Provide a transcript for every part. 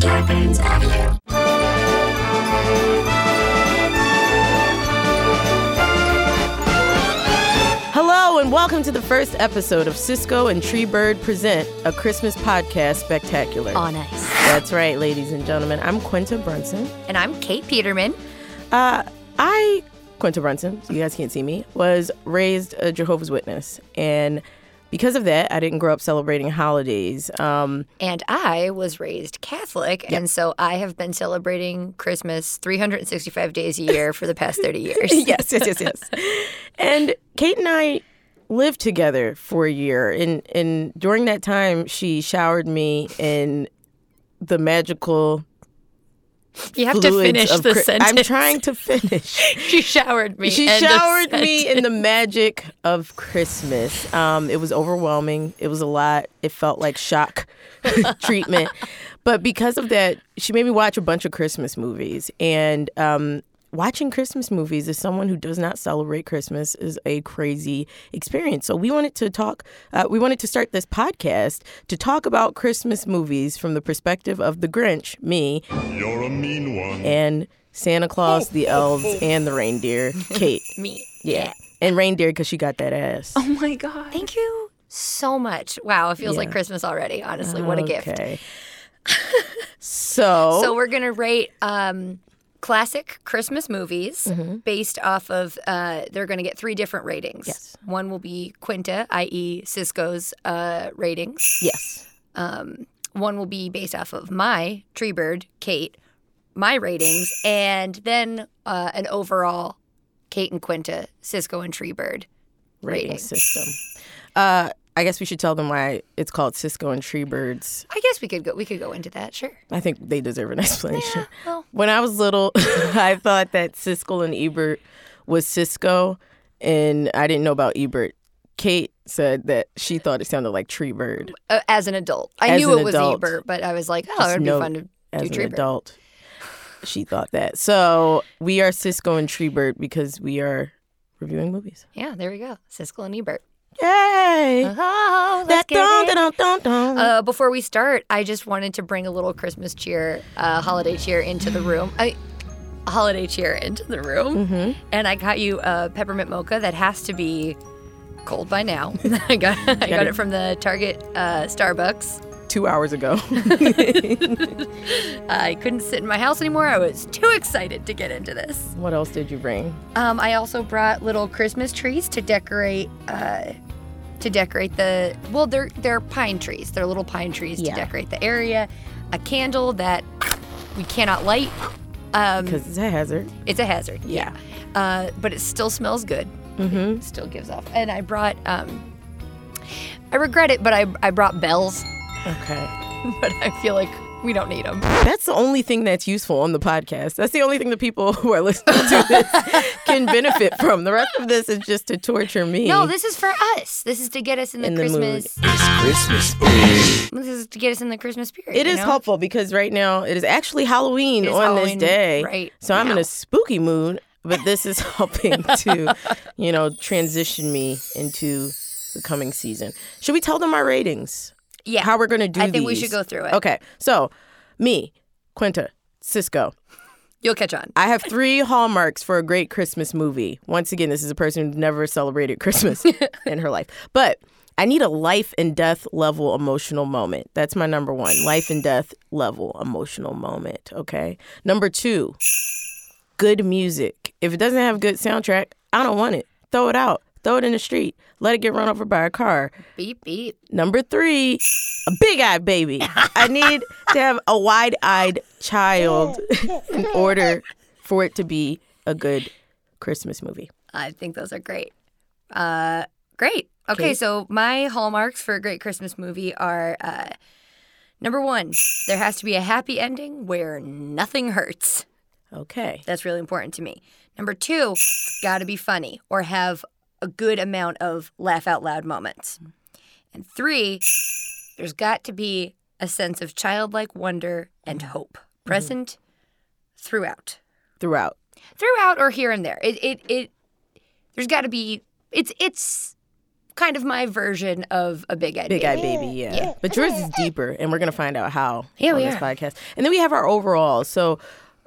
Scarpins Avenue. Oh Hello and welcome to the first episode of Cisco and Tree Bird present a Christmas podcast spectacular. Oh, nice. That's right, ladies and gentlemen. I'm Quinta Brunson. Uh, And I'm Kate Peterman. I, Quinta Brunson, so you guys can't see me, was raised a Jehovah's Witness, and because of that, I didn't grow up celebrating holidays. Um, And I was raised Catholic. And so I have been celebrating Christmas 365 days a year for the past 30 years. yes, yes, yes, yes. and Kate and I lived together for a year, and and during that time, she showered me in the magical You have to fluids finish of the Chri- sentence. I'm trying to finish. She showered me. she End of showered sentence. me in the magic of Christmas. Um, it was overwhelming. It was a lot. It felt like shock treatment. But because of that, she made me watch a bunch of Christmas movies. And um, watching Christmas movies as someone who does not celebrate Christmas is a crazy experience. So we wanted to talk, uh, we wanted to start this podcast to talk about Christmas movies from the perspective of the Grinch, me, You're a mean one. and Santa Claus, the elves, and the reindeer, Kate. Me. Yeah. And reindeer because she got that ass. Oh my God. Thank you so much. Wow, it feels like Christmas already, honestly. What a gift. Okay. Oh. so, So we're going to rate um, classic Christmas movies Mm-hmm. based off of, uh, they're going to get three different ratings. Yes. One will be Quinta, i.e., Cisco's uh, ratings. yes. One will be based off of my tree bird, Kate, my ratings, and then uh, an overall Kate and Quinta, Cisco and tree bird. Rating Rating. system. Uh, I guess we should tell them why it's called Cisco and Tree Birds. I guess we could go. We could go into that. Sure. I think they deserve an explanation. well. When I was little, I thought that Siskel and Ebert was Cisco, and I didn't know about Ebert. Kate said that she thought it sounded like Tree Bird Uh, as an adult, I As knew an it was adult. Ebert, but I was like, oh, Just it'd be know fun to as do an tree bird. adult. She thought that. So we are Cisco and Tree Bird because we are reviewing movies. Yeah, there we go. Siskel and Ebert. Yay! Oh, let's that get dun, it. dun, dun, dun. Uh, before we start, I just wanted to bring a little Christmas cheer, uh, holiday cheer into the room. I, holiday cheer into the room. Mm-hmm. And I got you a peppermint mocha that has to be cold by now. I got, I got it. it from the Target uh, Starbucks. Two hours ago. I couldn't sit in my house anymore. I was too excited to get into this. what else did you bring? Um, I also brought little Christmas trees to decorate. Uh, to decorate the well, they're they're pine trees. They're little pine trees Yeah. to decorate the area. A candle that we cannot light. Um, Because it's a hazard. it's a hazard. Yeah. Uh, but it still smells good. Mm-hmm. It still gives off. And I brought. Um, I regret it, but I I brought bells. Okay. But I feel like we don't need them. That's the only thing that's useful on the podcast. That's the only thing the people who are listening to this can benefit from. The rest of this is just to torture me. No, this is for us. This is to get us in the In the mood. Christmas. This is to get us in the Christmas spirit. It you is know? helpful because right now it is actually Halloween It is on Halloween this day. right So I'm in now. a spooky mood, but this is helping to, you know, transition me into the coming season. Should we tell them our ratings? Yeah. How we're going to do I think we these? should go through it. Okay. So, me, Quinta, Cisco. You'll catch on. I have three hallmarks for a great Christmas movie. Once again, this is a person who's never celebrated Christmas in her life. But I need a life and death level emotional moment. That's my number one. Life and death level emotional moment. Okay. Number two, good music. If it doesn't have good soundtrack, I don't want it. Throw it out. Throw it in the street. Let it get run over by a car. Beep beep. Number three, a big eyed baby. I need to have a wide eyed child in order for it to be a good Christmas movie. I think those are great. Uh, great. Okay, so my hallmarks for a great Christmas movie are uh, number one, there has to be a happy ending where nothing hurts. Okay. That's really important to me. Number two, it's got to be funny or have a good amount of laugh out loud moments. And three, there's got to be a sense of childlike wonder and hope present throughout. Throughout. throughout or here and there. It it, it there's got to be it's it's kind of my version of a big idea. Big Eye Baby, yeah. Yeah. But yours is deeper, and we're gonna find out how Yeah, on we this are. podcast. And then we have our overall. So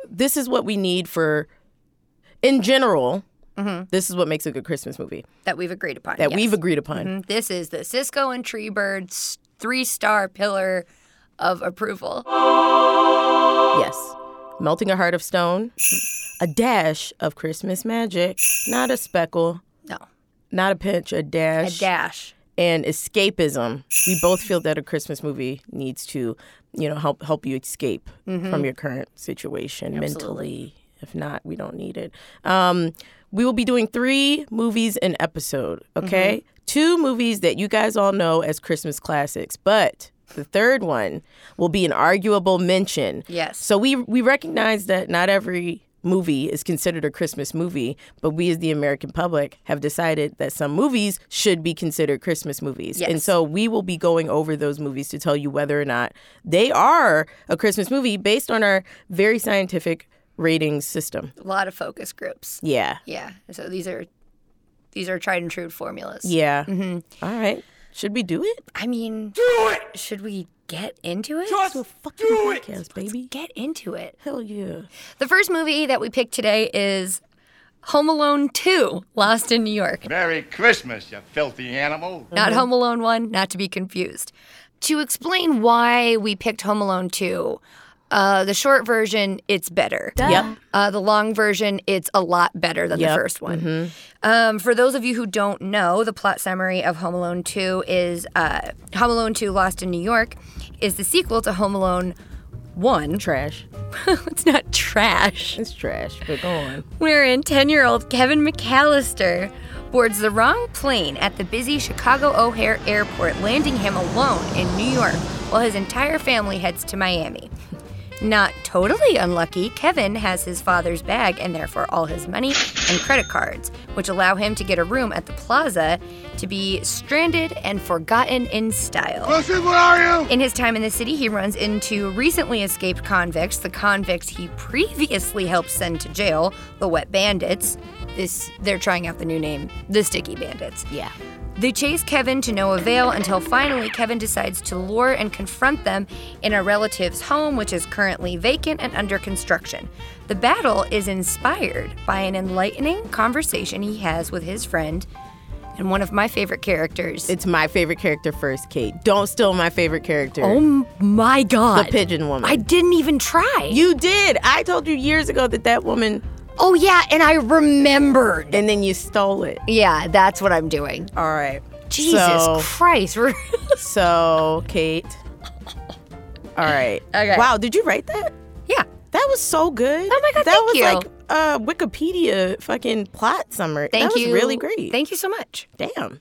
this is what we need for, in general. This is what makes a good Christmas movie that we've agreed upon. that Mm-hmm. yes. we've agreed upon. Mhm. This is the Cisco and Tree Birds three star pillar of approval. Yes, melting a heart of stone, a dash of Christmas magic, not a speckle, No, not a pinch, a a dash, dash. and escapism. We both feel that a Christmas movie needs to, you know, help help you escape Mm-hmm. from your current situation mentally. If not, we don't need it. Um, we will be doing three movies an episode. Mm-hmm. Okay, two movies that you guys all know as Christmas classics, but the third one will be an arguable mention. Yes. So we we recognize that not every movie is considered a Christmas movie, but we as the American public have decided that some movies should be considered Christmas movies. And Yes. so we will be going over those movies to tell you whether or not they are a Christmas movie based on our very scientific rating system. A lot of focus groups. Yeah. Yeah. So these are these are tried and true formulas. Yeah. All right. Should we do it? I mean, should we get into it? Let's do a fucking podcast, baby. get into it. Hell yeah. The first movie that we picked today is Home Alone 2, Lost in New York. Merry Christmas, you filthy animal. Not Mm-hmm. Home Alone 1, not to be confused. To explain why we picked Home Alone 2, uh, the short version, it's better. Yep. Uh, the long version, it's a lot better than Yep. Mm-hmm. the first one. Um, for those of you who don't know, the plot summary of Home Alone 2 is uh, Home Alone 2 Lost in New York is the sequel to Home Alone 1. Trash. it's not trash. It's trash, but go on. wherein 10 year old Kevin McAllister boards the wrong plane at the busy Chicago O'Hare Airport, landing him alone in New York while his entire family heads to Miami. Not totally unlucky, Kevin has his father's bag and therefore all his money and credit cards, which allow him to get a room at the plaza to be stranded and forgotten in style. Wilson, where are you? In his time in the city, he runs into recently escaped convicts, the convicts he previously helped send to jail, the Wet Bandits. This they're trying out the new name, the Sticky Bandits. Yeah. They chase Kevin to no avail until finally Kevin decides to lure and confront them in a relative's home, which is currently vacant and under construction. The battle is inspired by an enlightening conversation he has with his friend and one of my favorite characters. It's my favorite character first, Kate. Don't steal my favorite character. oh my the god. pigeon woman. I didn't even try. You did. I told you years ago that that woman, oh yeah, and I remembered. and then you stole it. Yeah, that's what I'm doing. All right. Jesus So, Christ. we're- so Kate. All right. Okay. Wow. Did you write that? yeah. That was so good. Oh my God, That thank was you. like uh, Wikipedia fucking plot summary. Thank that you. was really great. Thank you so much. Damn.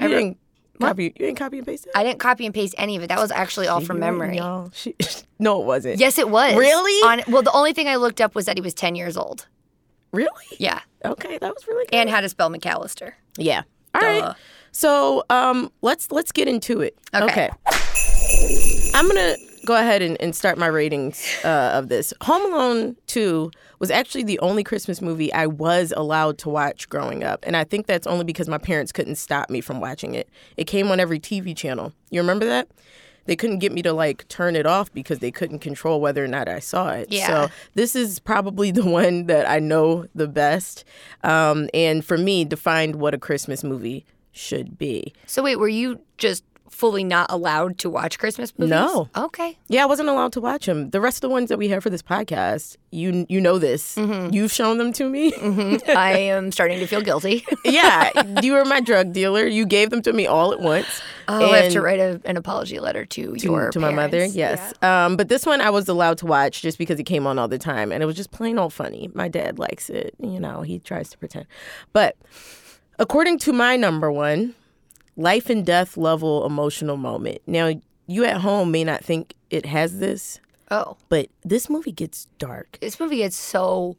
You didn't copy. You didn't copy and paste it. I didn't copy and paste any of it. That was actually all from memory. Y'all, she, no, it wasn't. Yes, it was. Really? On, well, the only thing I looked up was that he was 10 years old. Really? Yeah. Okay, that was really good. And how to spell McAllister. Yeah. All right. Duh. So um, let's let's get into it. Okay. I'm gonna go ahead and, and start my ratings uh, of this. Home Alone Two was actually the only Christmas movie I was allowed to watch growing up, and I think that's only because my parents couldn't stop me from watching it. It came on every TV channel. You remember that? They couldn't get me to like turn it off because they couldn't control whether or not I saw it. Yeah. So this is probably the one that I know the best, um, and for me, defined what a Christmas movie should be. So, wait, were you just fully not allowed to watch Christmas movies? No. Okay. Yeah, I wasn't allowed to watch them. The rest of the ones that we have for this podcast, you you know this. Mm-hmm. You've shown them to me. I am starting to feel guilty. yeah, you were my drug dealer. You gave them to me all at once. Oh, I have to And- write a, an apology letter to, to, your to my mother. parents. Yes. Um, but this one I was allowed to watch just because it came on all the time, and it was just plain old funny. My dad likes it. You know, he tries to pretend. But according to my number one, life and death level emotional moment. Now, you at home may not think it has this, Oh, but this movie gets dark, this movie gets so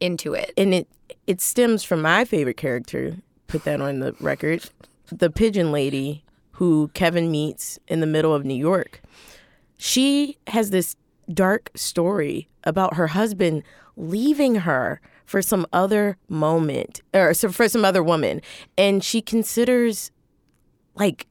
into it. and it it stems from my favorite character. Put that on the record. The pigeon lady who Kevin meets in the middle of New York. She has this dark story about her husband leaving her for some other moment or so- for some other woman, and she considers like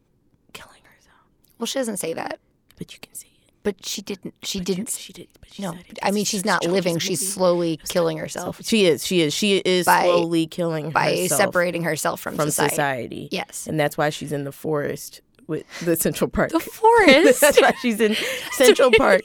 killing herself. Well, she doesn't say that, But you can see it. but she didn't. She didn't. She did, but she no, said it. I mean she's not living. She's slowly killing herself She is. She is. She is By- slowly killing by herself separating herself from, from society. society. Yes. and that's why she's in the forest with the Central Park. The forest. that's why she's in Central Park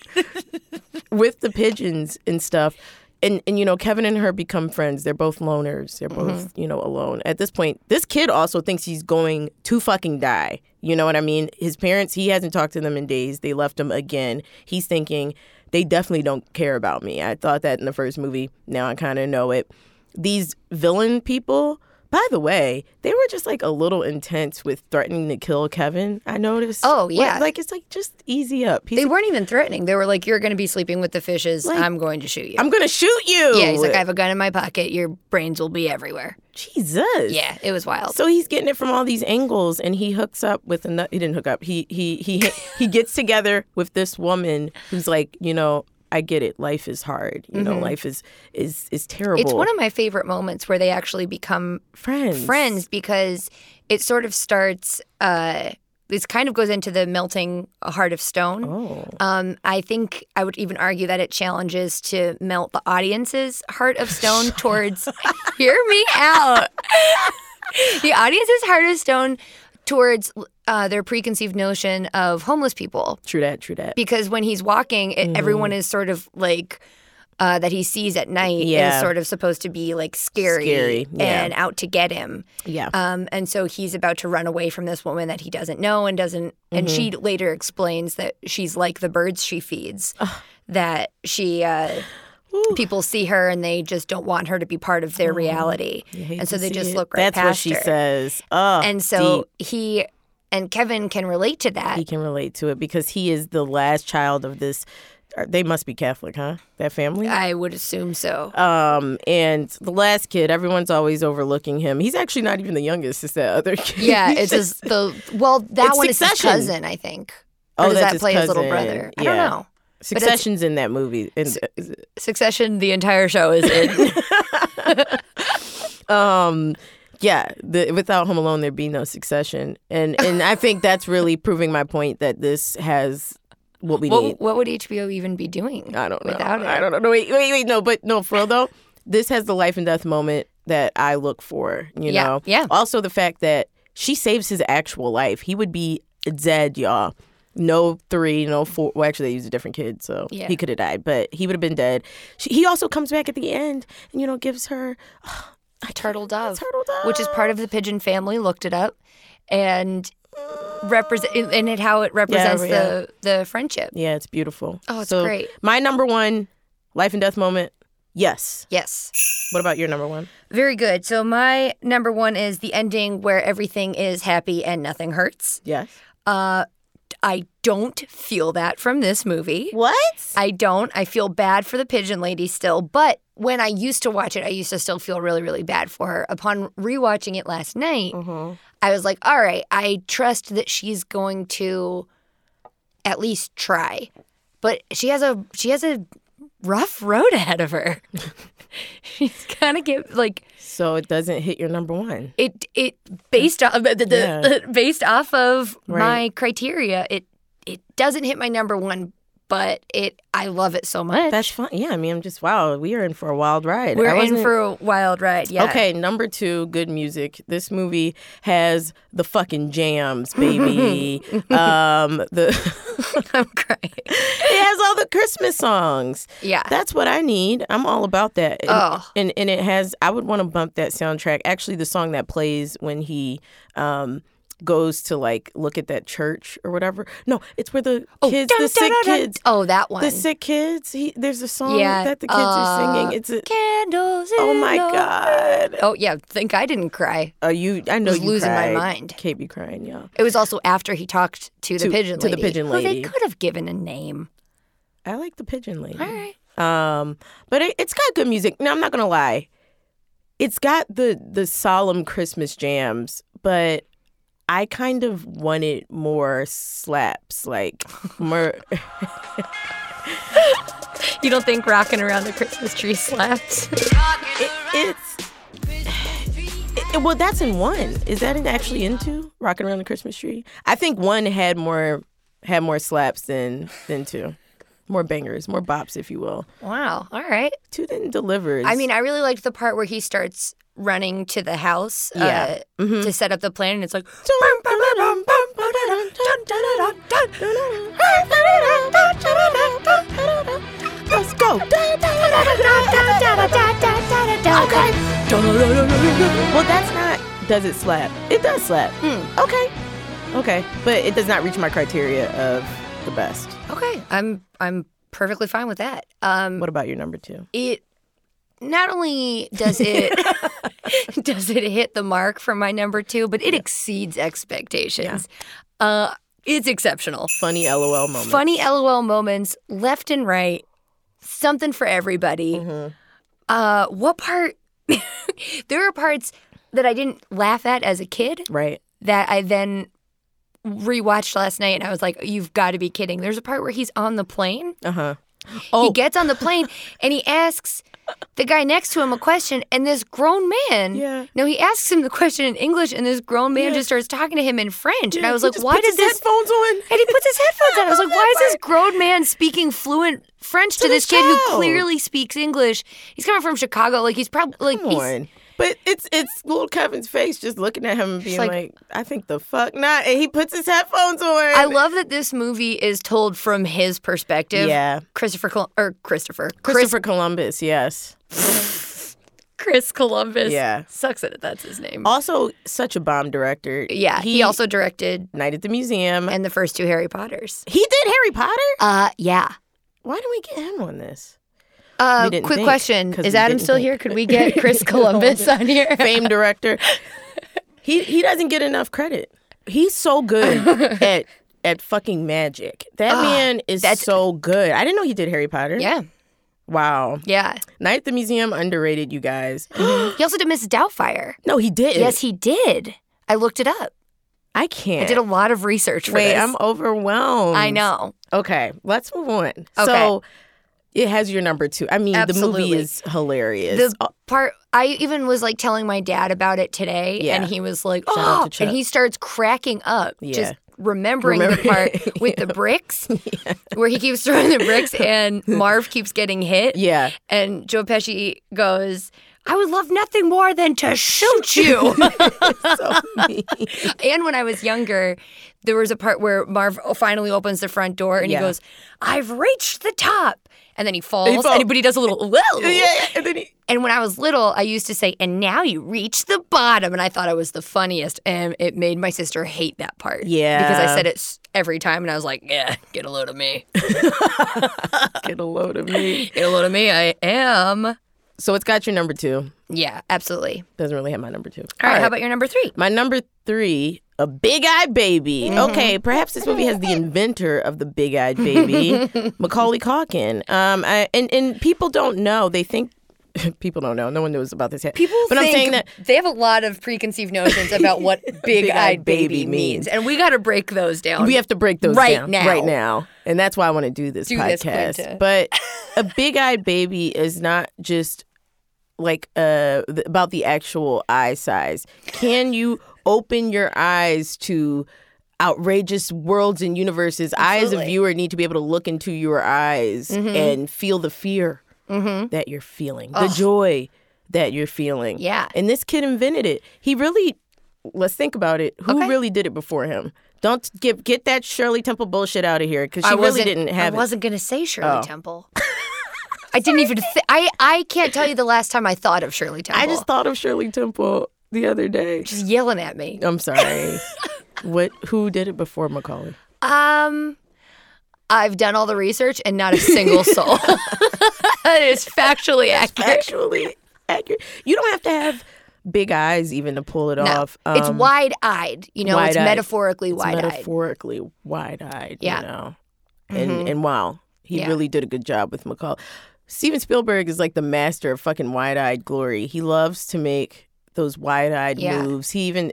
with the pigeons and stuff. And and you know, Kevin and her become friends. They're both loners. They're both, Mm-hmm. you know, alone. At this point, this kid also thinks he's going to fucking die. You know what I mean? His parents, he hasn't talked to them in days. They left him again. He's thinking, they definitely don't care about me. I thought that in the first movie. Now I kind of know it. These villain people, by the way, they were just like a little intense with threatening to kill Kevin. I noticed. Oh, yeah. Like it's like just easy up. He's They weren't even threatening. They were like, "You're going to be sleeping with the fishes. Like- I'm going to shoot you." I'm gonna shoot you. yeah, he's like, "I have a gun in my pocket. Your brains will be everywhere." Jesus. Yeah, it was wild. So he's getting it from all these angles, and he hooks up with another. He didn't hook up. He he he he gets together with this woman who's like, you know, I get it. Life is hard. You know, life is is is terrible. Mm-hmm. It's one of my favorite moments where they actually become friends. friends because it sort of starts. Uh, this kind of goes into the melting heart of stone. Oh. Um, I think I would even argue that it challenges to melt the audience's heart of stone towards. hear me out. the audience's heart of stone towards uh, their preconceived notion of homeless people True that. True that. because when he's walking, it, Mm-hmm. everyone is sort of like uh, that he sees at night is Yeah. sort of supposed to be like scary, Scary, yeah. and out to get him. yeah. Um, and so he's about to run away from this woman that he doesn't know and doesn't. And she Mm-hmm. later explains that she's like the birds she feeds, that she uh, people see her and they just don't want her to be part of their Oh, reality, and so they just look right That's past what she her. says. Oh, And so he and Kevin can relate to that. he can relate to it because he is the last child of this. uh, They must be Catholic, huh? That family. I would assume so. Um, and the last kid, everyone's always overlooking him. He's actually not even the youngest. It's that other kid. Yeah, it's just the well that It's one is his Succession. cousin, I think. Or Oh, does that's that his play his little cousin. brother? I don't Yeah. know. it's- Succession's in that movie. And, Succession, the entire show is in. um, yeah, the, without Home Alone, there'd be no Succession, and and I think that's really proving my point that this has what we need. what, what would HBO even be doing? I don't know. Without it. I don't know. No, wait, wait, wait. No, but no, for real though, this has the life and death moment that I look for. You Yeah, know. yeah. Also, the fact that she saves his actual life. He would be dead, y'all. No three, no four. Well, actually, they used a different kid, so Yeah. he could have died, but he would have been dead. She, he also comes back at the end and you know gives her Turtle Dove, turtle dove, Oh, which is part of the pigeon family. Looked it up, and represent and it, how it represents the the friendship. yeah, it's beautiful. Oh, it's So, great. My number one life and death moment. Yes. Yes, What about your number one? very good. So my number one is the ending where everything is happy and nothing hurts. Yes. Uh, I don't feel that from this movie. What? I don't. I feel bad for the pigeon lady still, but when I used to watch it, I used to still feel really, really bad for her. Upon rewatching it last night, Mm-hmm. I was like, all right, I trust that she's going to at least try. But she has a she has a rough road ahead of her. she's gonna get like So it doesn't hit your number one. it it based off the, the, the- based off of my Right. criteria, it it doesn't hit my number one, but it I love it so much. That's fun. Yeah, I mean, I'm just wow. We are in for a wild ride. I We're in wasn't- for a wild ride. Yeah. Okay, number two, good music. This movie has the fucking jams, baby. um, the I'm crying. it has all the Christmas songs. Yeah. That's what I need. I'm all about that. And, Oh. and and it has. I would want to bump that soundtrack. Actually, the song that plays when he um goes to like look at that church or whatever. No, it's where the kids, Oh, Dun, the dun, sick dun, dun. kids. Oh, that one. The sick kids. He, there's a song Yeah, that the kids are singing. uh, It's a, Candles. Oh in my the- god. Oh yeah. Think I didn't cry. Are you? I know was you losing my cried. mind. Can't be crying, y'all. It was also after he talked to the To- pigeon to the lady. pigeon who they lady. could have given a name. I like the pigeon lady. All right. Um, but it, it's got good music. Now I'm not gonna lie, it's got the the solemn Christmas jams, but I kind of wanted more slaps, like more. You don't think rocking around the Christmas tree slaps? it's. Eh, Well, that's in one. Is that in actually in two? Rocking around the Christmas tree. I think one had more had more slaps than than two, more bangers, more bops, if you will. Wow. All right. Two didn't deliver. I mean, I really liked the part where he starts running to the house Yeah. uh, to set up the plan, and it's like. Let's go. Okay. Well, that's not. Does it slap? It does slap. Hmm. Okay. Okay, but it does not reach my criteria of the best. Okay, I'm I'm perfectly fine with that. Um, What about your number two? it not only does it does it hit the mark for my number two, but it exceeds expectations. Uh, it's exceptional. Funny LOL moment. Funny LOL moments left and right. Something for everybody. Uh, what part? there are parts that I didn't laugh at as a kid Right. that I then rewatched last night, and I was like, "You've got to be kidding!" There's a part where he's on the plane. Uh huh. He gets on the plane and he asks the guy next to him a question, and this grown man. Yeah. No, he asks him the question in English, and this grown man Yeah. just starts talking to him in French. and I Yeah, was he like, just why puts did his this? headphones on? And he puts his headphones on. I was like, That why is this part. grown man speaking fluent French to, To this this kid who child. clearly speaks English? He's coming from Chicago. Like he's probably like Come he's- on. But it's it's little Kevin's face just looking at him and being like- like, I think the fuck not. And he puts his headphones on. I love that this movie is told from his perspective. Yeah. Christopher Col- or Christopher Chris Christopher Columbus, yes. Chris Columbus. Yeah. Sucks that that's his name. Also such a bomb director. yeah, he also directed Night at the Museum. and the first two Harry Potters. he did Harry Potter? Uh, yeah. Why didn't we get him on this? Uh, We didn't quick think, question: 'cause Is we Adam didn't still think. here? Could we get Chris Columbus on here? Fame director. he he doesn't get enough credit. He's so good at at fucking magic. That man is Ah, that's- so good. I didn't know he did Harry Potter. Yeah, Wow. yeah. Night at the Museum underrated, you guys. He also did Mrs. Doubtfire. no, he did. Yes, he did. I looked it up. I can't. I did a lot of research for Wait, this. I'm overwhelmed. I know. Okay, let's move on. So it has your number two. I mean, the Absolutely. movie is hilarious. Uh, The part I even was like telling my dad about it today, Yeah. and he was like, Shout out "Oh!" to Chuck. And he starts cracking up, Yeah. just remembering the Remember- part with the bricks, where he keeps throwing the bricks, and Marv keeps getting hit. yeah. And Joe Pesci goes, I would love nothing more than to shoot you. So mean. and when I was younger, there was a part where Marv finally opens the front door and Yeah. he goes, I've reached the top. And then he falls, He fall- and- but he does a little, whoa. yeah, yeah. And then he, And when I was little, I used to say, and now you reach the bottom. And I thought I was the funniest. And it made my sister hate that part. Yeah. Because I said it s- every time. And I was like, yeah, get a load of me. get a load of me. Get a load of me. I am. So it's got your number two. Yeah, absolutely. Doesn't really have my number two. All right. How about your number three? My number three, a big eyed baby. Mm-hmm. Okay, perhaps this movie has the inventor of the big eyed baby, Macaulay Calkin. Um, I, and and people don't know. They think people don't know. No one knows about this yet. People but think I'm saying that they have a lot of preconceived notions about what big-eyed Big-eyed baby, baby means, means. and we got to break those down. we have to break those Right down now. right now and that's why i want to do this Do this, podcast Quinta. but a big-eyed baby is not just like uh th- about the actual eye size can you open your eyes to outrageous worlds and universes i as Absolutely. Mm-hmm. a viewer need to be able to look into your eyes and feel the fear that you're feeling the joy that you're feeling Yeah. and this kid invented it he really let's think about it. Who Okay. really did it before him? Don't give get that Shirley Temple bullshit out of here because I she really wasn't- didn't have I it. Oh. wasn't gonna say Shirley Temple. I didn't even. Th- I I can't tell you the last time I thought of Shirley Temple. I just thought of Shirley Temple the other day. She's yelling at me. I'm sorry. what? Who did it before Macaulay? Um, I've done all the research and not a single soul. it is factually accurate. Actually, accurate. You don't have to have big eyes even to pull it No, off. it's Um, wide-eyed. You know, it's wide-eyed. metaphorically it's wide-eyed. metaphorically wide-eyed. Yeah. Mm-hmm. You know, and and wow, he Yeah. really did a good job with Macaulay. Steven Spielberg is like the master of fucking wide-eyed glory. He loves to make those wide-eyed Yeah. moves. He even,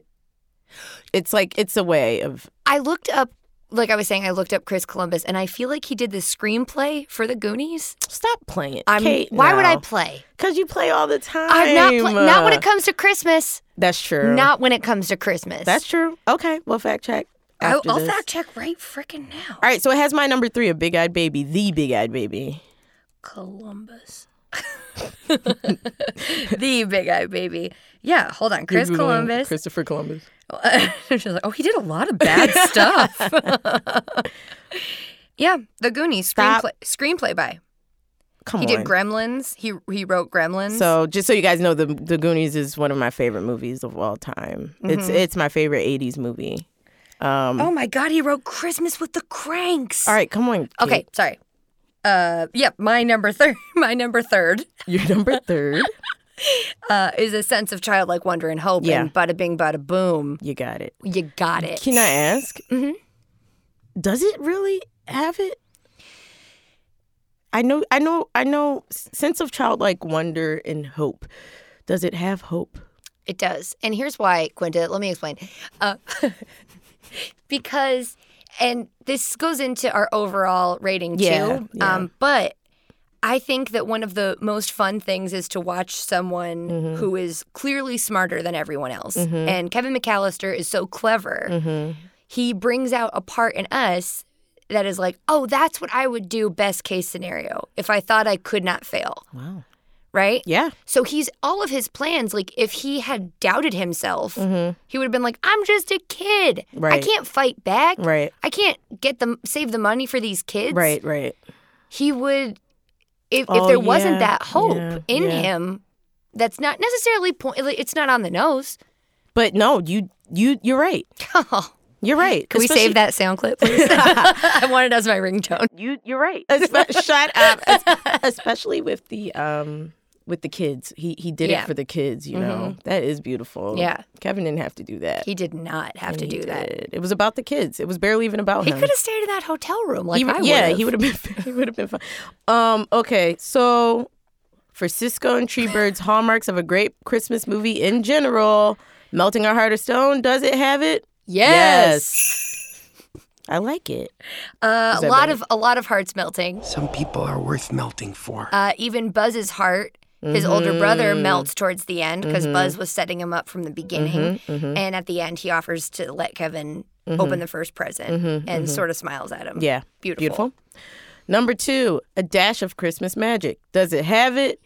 it's like it's a way of I looked up, like I was saying, I looked up Chris Columbus, and I feel like he did the screenplay for the Goonies. stop playing. I'm, Kate, why would I no. play? Because you play all the time. I'm not play, not when Uh, it comes to Christmas. That's true. Not when it comes to Christmas. That's true. Okay, we'll fact check. I, after Oh, I'll this. fact check right freaking now. All right, so it has my number three, a big eyed baby, the big eyed baby. Columbus. the big eye baby. Yeah, hold on. Chris You're Googling Columbus. Christopher Columbus. She's like, oh, he did a lot of bad stuff. yeah, The Goonies. Stop. Screenplay, screenplay by. Come He on. did Gremlins. He he wrote Gremlins. So just so you guys know, the the Goonies is one of my favorite movies of all time. It's Mm-hmm. it's my favorite '80s movie. Um, oh my God, he wrote Christmas with the Cranks. All right, come on. Kate. Okay, sorry. Uh, yep. My number third. My number third you're number third. uh, is a sense of childlike wonder and hope. Yeah. And bada bing, bada boom. You got it. You got it. Can I ask? Mm-hmm. Does it really have it? I know, I know, I know. Sense of childlike wonder and hope. Does it have hope? It does. And here's why, Quinta, let me explain. Uh, because, and this goes into our overall rating Yeah, too. yeah. Um, but I think that one of the most fun things is to watch someone Mm-hmm. who is clearly smarter than everyone else. And Kevin McAllister is so clever. Mm-hmm. He brings out a part in us that is like, oh, that's what I would do, best case scenario, if I thought I could not fail, Wow. right? Yeah. So he's all of his plans. Like if he had doubted himself, he would have been like, "I'm just a kid. I Mm-hmm. Right. can't fight back. Right. I can't get them save the money for these kids." Right. Right. He would, if Oh, if there wasn't yeah, that hope yeah, in yeah. him, that's not necessarily point. like, It's not on the nose. But no, you you you're right. You're right. Can we save that sound clip, please? I want it as my ringtone. You you're right. Espe- shut up. Es- Especially with the um with the kids. He he did Yeah. Mm-hmm. it for the kids, you know. That is beautiful. Yeah. Kevin didn't have to do that. He did not have to He do that. did. It was about the kids. It was barely even about He him. could have stayed in that hotel room like He- I would. yeah, he would have been he would have been fine. Um okay, so for Cisco and Tree Birds, hallmarks of a great Christmas movie in general, Melting Our Heart of Stone, does it have it? Yes. I like it. Uh, a that lot better? of a lot of hearts melting. Some people are worth melting for. Uh, even Buzz's heart, his older brother, Mm-hmm. melts towards the end because Buzz was setting him up from the beginning. Mm-hmm. And at the end, he offers to let Kevin open the first present and sort of smiles at him. Mm-hmm. Yeah. Beautiful. Beautiful. Number two, a dash of Christmas magic. Does it have it?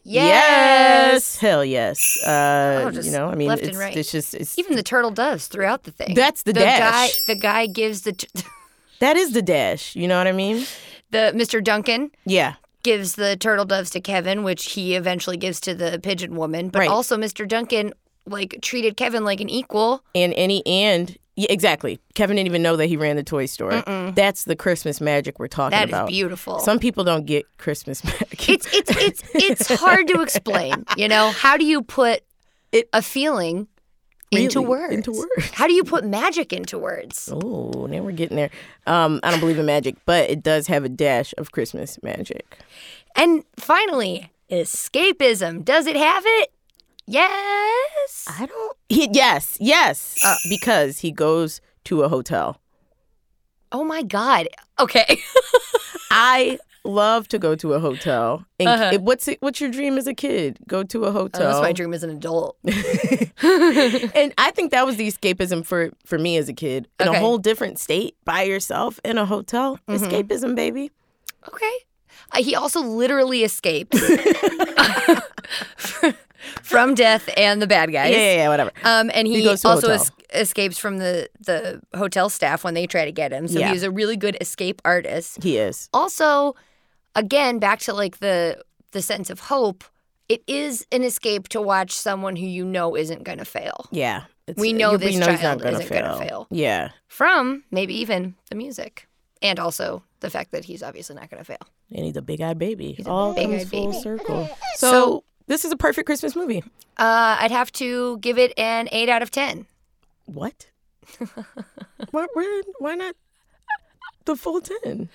Yes. Hell yes. Uh, Oh, just you know, I mean, left and it's, right. it's just it's, Even the turtle doves throughout the thing. That's the dash. Guy, the guy gives the t- that is the dash. You know what I mean? the Mr. Duncan Yeah. gives the turtle doves to Kevin, which he eventually gives to the pigeon woman. But Right. also, Mr. Duncan like treated Kevin like an equal. And any and yeah, exactly. Kevin didn't even know that he ran the toy store. That's the Christmas magic we're talking That is about. beautiful. Some people don't get Christmas magic. it's it's it's it's hard to explain. You know, how do you put It- a feeling into Really, words? into words. How do you put magic into words? Oh, now we're getting there. Um, I don't believe in magic, but it does have a dash of Christmas magic. And finally, escapism. Does it have it? Yes. I don't. He, yes, yes, uh, because he goes to a hotel. Oh my God. Okay. I love to go to a hotel. And it- what's it, what's your dream as a kid? Go to a Uh-huh. Oh, hotel. That's my dream as an adult. And I think that was the escapism for for me as a kid in Okay. Mm-hmm. a whole different state by yourself in a hotel. Escapism, baby. Okay. Uh, he also literally escapes from death and the bad guys. Yeah, yeah, yeah, whatever. Um, and he, He goes to a also hotel. es- escapes from the, the hotel staff when they try to get him. So Yeah. he was a really good escape artist. He is. Also, again, back to like the the sense of hope. It is an escape to watch someone who you know isn't going to fail Yeah. It's- We know you- this he's child not gonna isn't gonna fail. Yeah. from maybe even the music, and also the fact that he's obviously not going to fail. And he's a big eyed baby. All big-eyed comes full baby. circle. So, this is a perfect Christmas movie. Uh, I'd have to give it an eight out of ten. What? why, where, why not the full ten?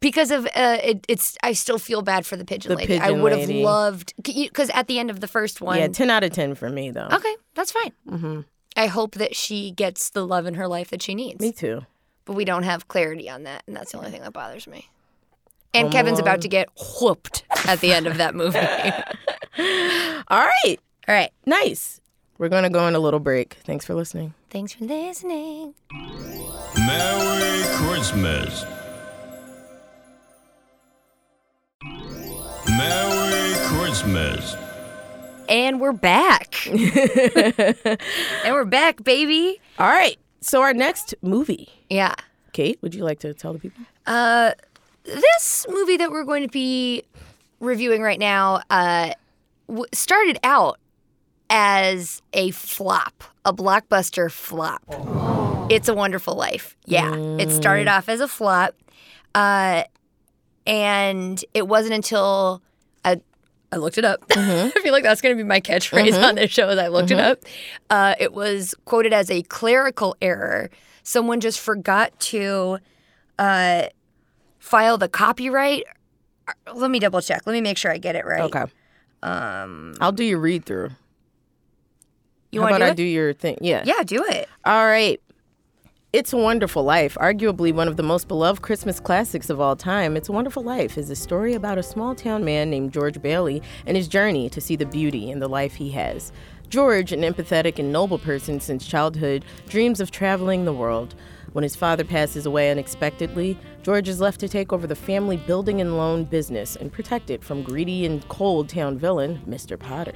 because of uh, it, it's I still feel bad for the pigeon The lady. I pigeon would have lady. loved because at the end of the first one, Yeah, ten out of ten for me though. Um, okay, that's fine. I hope that she gets the love in her life that she needs, Me too. but we don't have clarity on that, and that's the only thing that bothers me. And Kevin's about to get whooped at the end of that movie. All All right, right, nice. We're going to go on a little break. Thanks for listening. Thanks for listening. Merry Christmas. Merry Christmas. And we're back. and we're back, baby. All right. So, our next movie, Yeah. Kate, would you like to tell the people? This movie that we're going to be reviewing right now uh, w- started out as a flop, a blockbuster flop. It's a Wonderful Life. Yeah. It started off as a flop. Uh, and it wasn't until I, I looked it up. I feel like that's going to be my catchphrase on this show. Is I looked it up. Uh, it was quoted as a clerical error. Someone just forgot to uh, file the copyright. Uh, Let me double check. Let me make sure I get it right. Okay. Um, I'll do your read through. You How want about to I do it? do your thing? Yeah. yeah, do it. All right. It's a Wonderful Life, arguably one of the most beloved Christmas classics of all time. It's a Wonderful Life is a story about a small town man named George Bailey and his journey to see the beauty in the life he has. George, an empathetic and noble person since childhood, dreams of traveling the world. When his father passes away unexpectedly, George is left to take over the family building and loan business and protect it from greedy and cold town villain, Mr. Potter.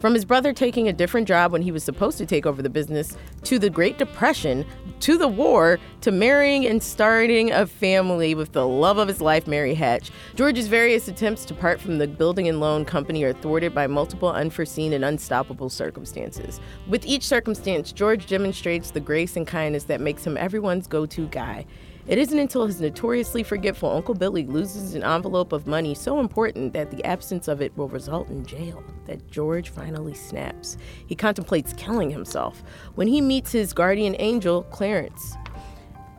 From his brother taking a different job when he was supposed to take over the business, to the Great Depression, to the war, to marrying and starting a family with the love of his life, Mary Hatch. George's various attempts to part from the building and loan company are thwarted by multiple unforeseen and unstoppable circumstances. With each circumstance, George demonstrates the grace and kindness that makes him everyone's go to guy. It isn't until his notoriously forgetful Uncle Billy loses an envelope of money so important that the absence of it will result in jail that George finally snaps. He contemplates killing himself when he meets his guardian angel, Clarence.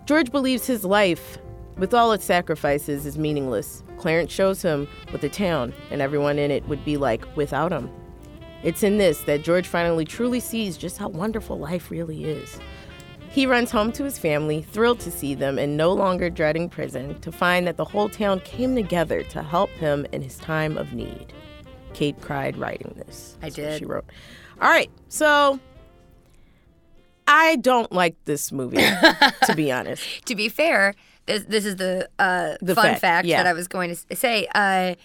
George believes his life, with all its sacrifices, is meaningless. Clarence shows him what the town and everyone in it would be like without him. It's in this that George finally truly sees just how wonderful life really is. He runs home to his family, thrilled to see them and no longer dreading prison, to find that the whole town came together to help him in his time of need. Kate cried writing this. I That's what did. She wrote. All right, so I don't like this movie, to be honest. To be fair, this, this is the, uh, The fun fact, fact, yeah. that I was going to s- say. Uh,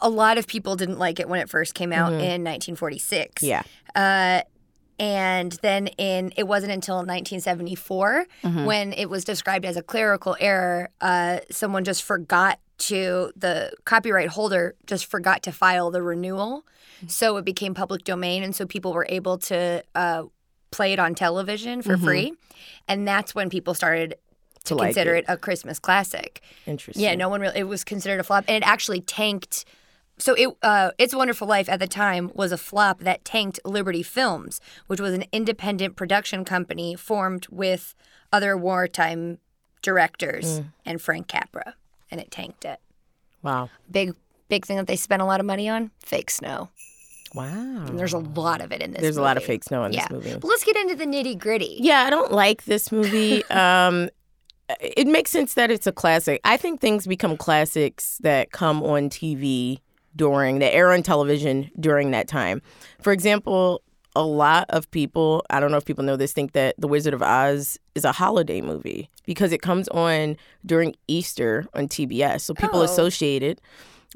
a lot of people didn't like it when it first came out in 1946. Mm-hmm. Yeah. Uh, and then in it wasn't until 1974 Mm-hmm. when it was described as a clerical error. Uh, someone just forgot to the copyright holder just forgot to file the renewal, Mm-hmm. so it became public domain, and so people were able to uh, play it on television for free, and that's when people started to, Mm-hmm. To like consider it a Christmas classic. Interesting. Yeah, no one really. It was considered a flop, and it actually tanked. So it, uh, it's a Wonderful Life at the time was a flop that tanked Liberty Films, which was an independent production company formed with other wartime directors and Frank Capra, and it tanked it. Wow. Big, big thing that they spent a lot of money on: fake snow. Wow. And Mm. there's a lot of it in this. There's a lot of movie. fake snow in yeah. this movie. But let's get into the nitty gritty. Yeah, I don't like this movie. um, it makes sense that it's a classic. I think things become classics that come on TV during that air on television during that time. For example, a lot of people, I don't know if people know this, think that The Wizard of Oz is a holiday movie because it comes on during Easter on TBS. So people Oh. associate it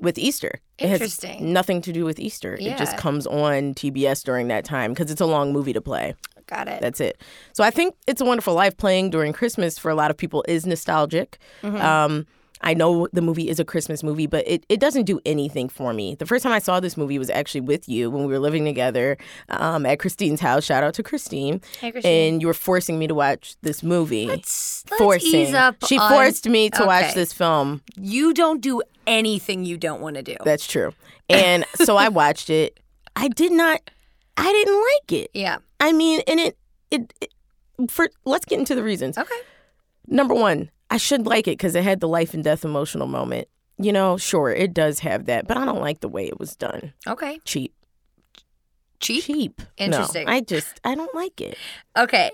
with Easter. It has Interesting. nothing to do with Easter. It just Yeah. comes on TBS during that time because it's a long movie to play. Got it. That's it. So I think It's a Wonderful Life playing during Christmas for a lot of people is nostalgic. Mm-hmm. Um, I know the movie is a Christmas movie, but it, it doesn't do anything for me. The first time I saw this movie was actually with you when we were living together um, at Christine's house. Shout out to Christine. Hey, Christine. And you were forcing me to watch this movie. Let's, let's forcing. ease up. she on- forced me to watch Okay. this film. You don't do anything you don't want to do. That's true. And so I watched it. I did not. I didn't like it. yeah. I mean, and it it, it for let's get into the reasons. Okay. number one, I should like it because it had the life and death emotional moment. You know, sure, it does have that, but I don't like the way it was done. Okay. Cheap, Cheap. cheap. No, Interesting. I just, I don't like it. Okay.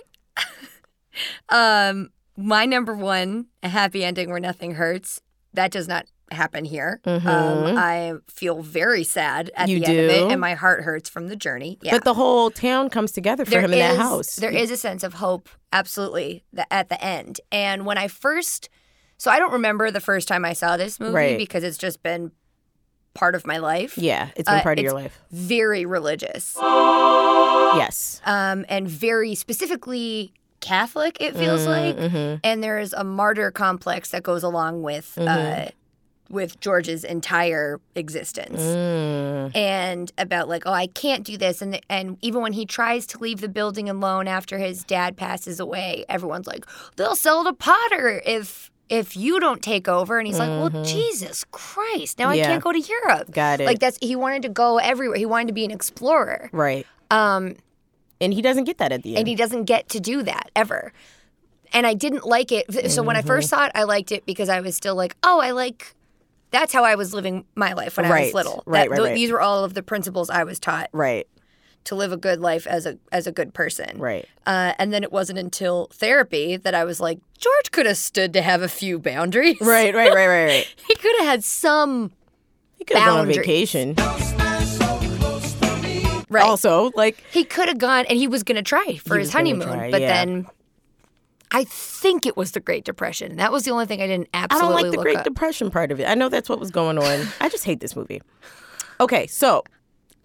um, my number one, a happy ending where nothing hurts. That does not happen here. Mhm. Um, I feel very sad at You the end of do? it, and my heart hurts from the journey. Yeah. But the whole town comes together for There him in that is- house. There is a sense of hope, absolutely, th- at the end. And when I first, so I don't remember the first time I saw this movie Right. because it's just been part of my life. yeah, it's been uh, part of your it's- life. Very religious, Yes. um, and very specifically Catholic. It feels like, Mhm. and there is a martyr complex that goes along with uh, with George's entire existence. Mm-hmm. Mm. and about like oh I can't do this and and even when he tries to leave the building alone after his dad passes away everyone's like they'll sell to Potter if if you don't take over and he's like well Jesus Christ now I Mm-hmm. Yeah. can't go to Europe Got it. like that's he wanted to go everywhere he wanted to be an explorer right. um And he doesn't get that at the end. and he doesn't get to do that ever. And I didn't like it. So when I first Mm-hmm. saw it, I liked it because I was still like, oh, I like. That's how I was living my life when I Right, was little. right, That- right, tho- right. These were all of the principles I was taught right. to live a good life as a as a good person. Right. Uh, and then it wasn't until therapy that I was like, George could have stood to have a few boundaries. Right. Right. Right. Right. Right. He could have had some. He could have gone on Boundaries. vacation. Right. Also, like He could have gone, and he was going to try for He was his gonna honeymoon. try, but yeah. then, I think it was the Great Depression. That was the only thing I didn't I absolutely don't like the look Great up. Depression part of it. I know that's what was going on. I just hate this movie. Okay, so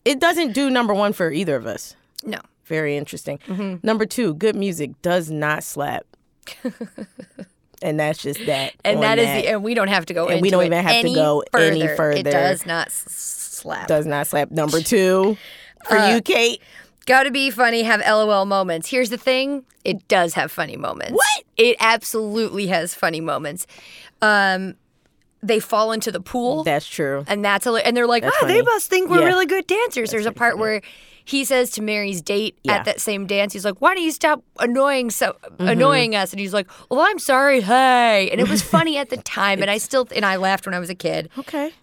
it doesn't do number one for either of us. No. Very interesting. Mm-hmm. Number two, good music does not slap. and that's just that. on And that is, the, and we don't have to go. And we into don't it even have to any go any further. It does not s- slap. does not slap. Number two for Uh, you, Kate. Gotta be funny, have LOL moments. Here's the thing it does have funny moments. What? It absolutely has funny moments. Um, they fall into the pool. That's true. and that's hilarious. And they're like, That's ah, they funny. must think we're Yeah. really good dancers. There's a part where he says to Mary's date Yeah. Mm-hmm. at that same dance, he's like, why don't you stop annoying so annoying us? And he's like, well, I'm sorry, hey. And it was funny at the time, and I still and I laughed when I was a kid. Okay.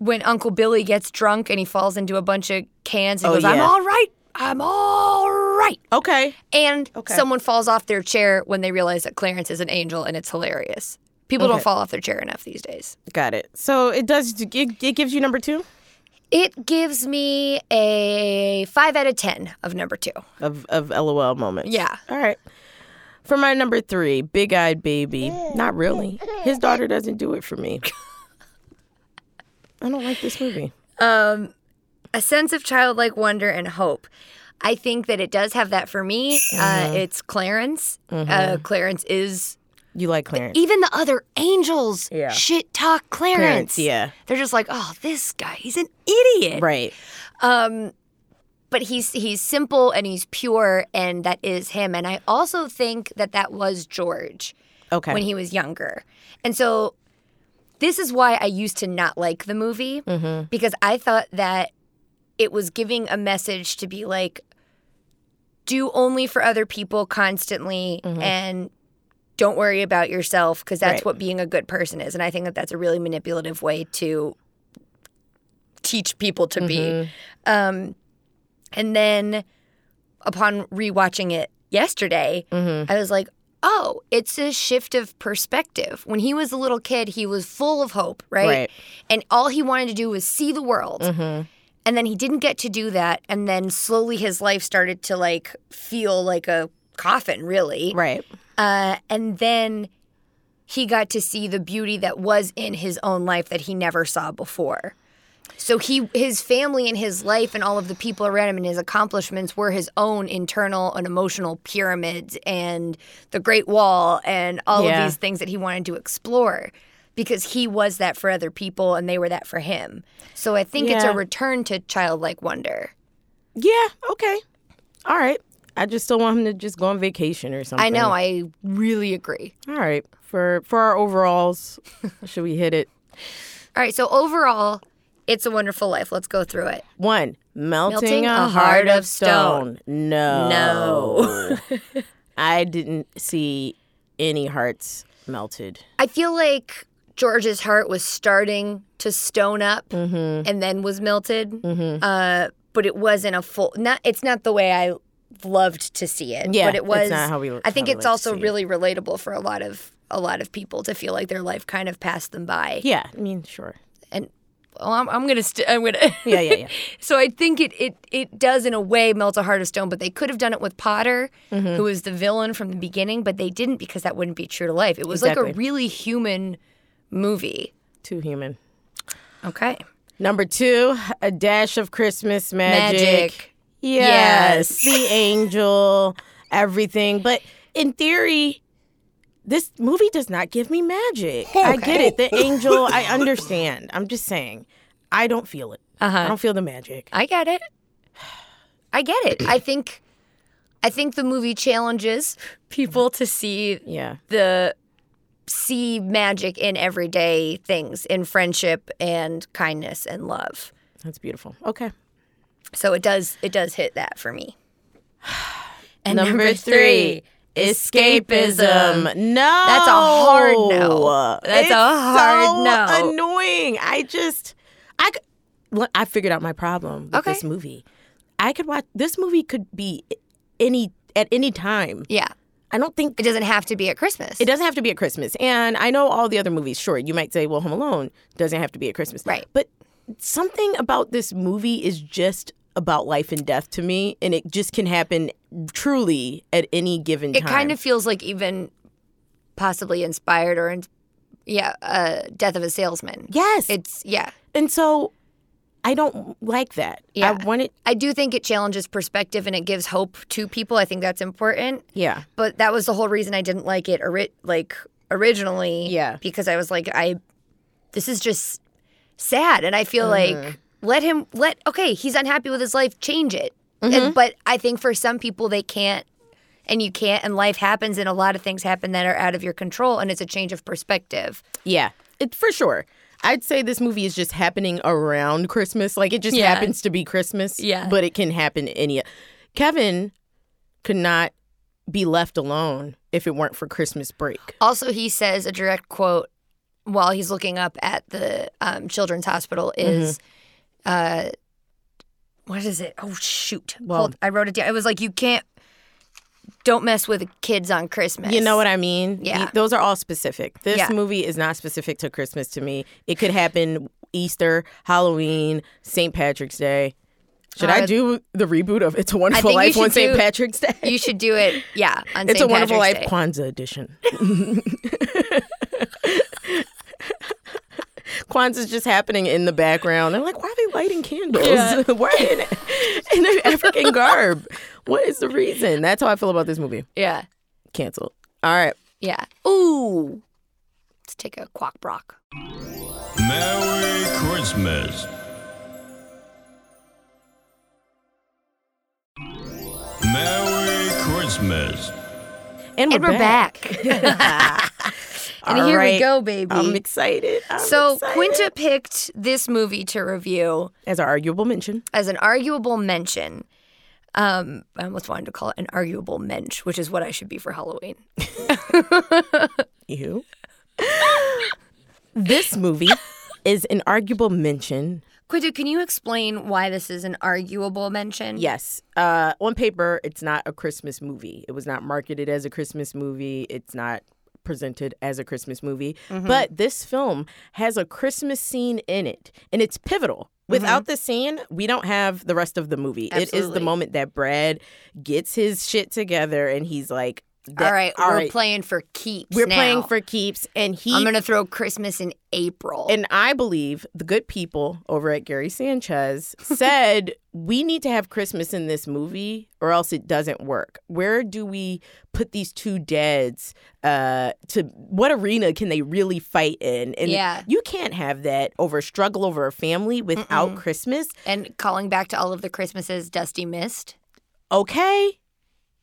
When Uncle Billy gets drunk and he falls into a bunch of cans and Oh, goes, I'm yeah. all right, I'm all right. okay. And Okay. someone falls off their chair when they realize that Clarence is an angel, and it's hilarious. People don't Okay. fall off their chair enough these days. Got it. So it does it, it gives you number two It gives me a five out of 10 of number two. of of LOL moments. Yeah. All right. For my number three, big eyed baby. Not really. His daughter doesn't do it for me. I don't like this movie. Um, A sense of childlike wonder and hope. I think that it does have that for me. Mm-hmm. Uh, it's Clarence. Uh, Clarence is, You like Clarence. even the other angels Yeah. shit talk Clarence. Clarence, yeah. They're just like, oh, this guy, he's an idiot. Right. Um, but he's he's simple and he's pure, and that is him. And I also think that that was George. Okay. when he was younger. And so this is why I used to not like the movie Mm-hmm. because I thought that it was giving a message to be like, do only for other people constantly and don't worry about yourself because Mm-hmm. that's Right. what being a good person is. And I think that that's a really manipulative way to teach people to Mm-hmm. be. Um, and then upon rewatching it yesterday, Mm-hmm. I was like, oh, it's a shift of perspective. When he was a little kid, he was full of hope, right? Right. And all he wanted to do was see the world. And then he didn't get to do that. And then slowly his life started to like feel like a coffin, really. right. Uh, and then he got to see the beauty that was in his own life that he never saw before. So he, his family, and his life, and all of the people around him, and his accomplishments were his own internal and emotional pyramids, and the Great Wall, and all Yeah. of these things that he wanted to explore, because he was that for other people, and they were that for him. So I think it's Yeah. a return to childlike wonder. Yeah. Okay. All right. I just still want him to just go on vacation or something. I know. I really agree. All right. For for our overalls, should we hit it? All right. So overall, it's a wonderful life. Let's go through it. One, melting, Melting a, heart, of stone. No. No. I didn't see any hearts melted. I feel like George's heart was starting to stone up Mm-hmm. and then was melted. Uh, but it wasn't a full. Not. It's not the way I loved to see it. Yeah, But it it's was. not how we- I think how we it's like to also see it. really relatable for a lot of a lot of people to feel like their life kind of passed them by. Yeah, I mean, sure. And well, I'm, I'm gonna, st- I'm gonna. Yeah, yeah, yeah. so I think it, it it does in a way melt a heart of stone, but they could have done it with Potter, who was the villain from the beginning, but they didn't because that wouldn't be true to life. It was like a Exactly. really human movie. Too human. Okay. Number two, a dash of Christmas magic. Magic. Yes, Yes. the angel, everything. But in theory, this movie does not give me magic. I get it. The angel, I understand. I'm just saying, I don't feel it. I don't feel the magic. I get it. I get it. I think I think the movie challenges people to see Yeah. the see magic in everyday things in friendship and kindness and love. That's beautiful. Okay. So it does it does hit that for me. And No. That's a hard no. That's a It's hard so no. Annoying. I just I could, look, I figured out my problem with Okay. this movie. I could watch this movie could be any at any time. Yeah. I don't think It doesn't have to be at Christmas. it doesn't have to be at Christmas. And I know all the other movies, sure, you might say, well, Home Alone doesn't have to be at Christmas. Right. But something about this movie is just about life and death to me. And it just can happen truly at any given it time. kind of feels like even possibly inspired or in, yeah, uh, Death of a Salesman. Yes. It's yeah. and so I don't like that. Yeah. I want it. I do think it challenges perspective and it gives hope to people. I think that's important. Yeah. But that was the whole reason I didn't like it ori- like originally. Yeah. Because I was like, I this is just sad. And I feel like let him let okay, he's unhappy with his life, change it. And, but I think for some people they can't and you can't and life happens and a lot of things happen that are out of your control and it's a change of perspective. Yeah. It, for sure. I'd say this movie is just happening around Christmas. Like it just Yeah. happens to be Christmas. Yeah. But it can happen any. Kevin could not be left alone if it weren't for Christmas break. Also, he says a direct quote while he's looking up at the um, children's hospital Mm-hmm. is, uh, "What is it? Oh shoot! Well- Hold- I wrote it down. It was like you can't, don't mess with kids on Christmas. You know what I mean? Yeah. Y- Those are all specific. This Yeah. movie is not specific to Christmas to me. It could happen Easter, Halloween, St. Patrick's Day. Should I Uh, do the reboot of It's a Wonderful you Life on should St. do- Patrick's Day? You should do it. Yeah, on it's St. a Wonderful Patrick's Life Day. Kwanzaa edition. Kwanzaa's just happening in the background. I'm like, why are they lighting candles? why are they in, in African garb? What is the reason? That's how I feel about this movie. Yeah, Canceled. All right. yeah. Ooh, let's take a quack brock. Merry Christmas. Merry Christmas. And we're, And we're back. and All here we right. go, baby. I'm excited. I'm so excited. Quinta picked this movie to review. as our arguable mention, as an arguable mention. Um, I almost wanted to call it an arguable mensch, which is what I should be for Halloween. you. this movie is an arguable mention. Quinta, can you explain why this is an arguable mention? Yes, uh, on paper, it's not a Christmas movie. It was not marketed as a Christmas movie. It's not presented as a Christmas movie. Mm-hmm. But this film has a Christmas scene in it, and it's pivotal. Without the scene, we don't have the rest of the movie. It is the Mm-hmm. Absolutely. moment that Brad gets his shit together, and he's like, All right, all we're right, playing for keeps. We're now. playing for keeps, and he I'm gonna throw Christmas in April. and I believe the good people over at Gary Sanchez said we need to have Christmas in this movie, or else it doesn't work. Where do we put these two dads? Uh, to what arena can they really fight in? And Yeah. you can't have that over struggle over a family without Christmas. and calling back to all of the Christmases Dusty missed. Okay.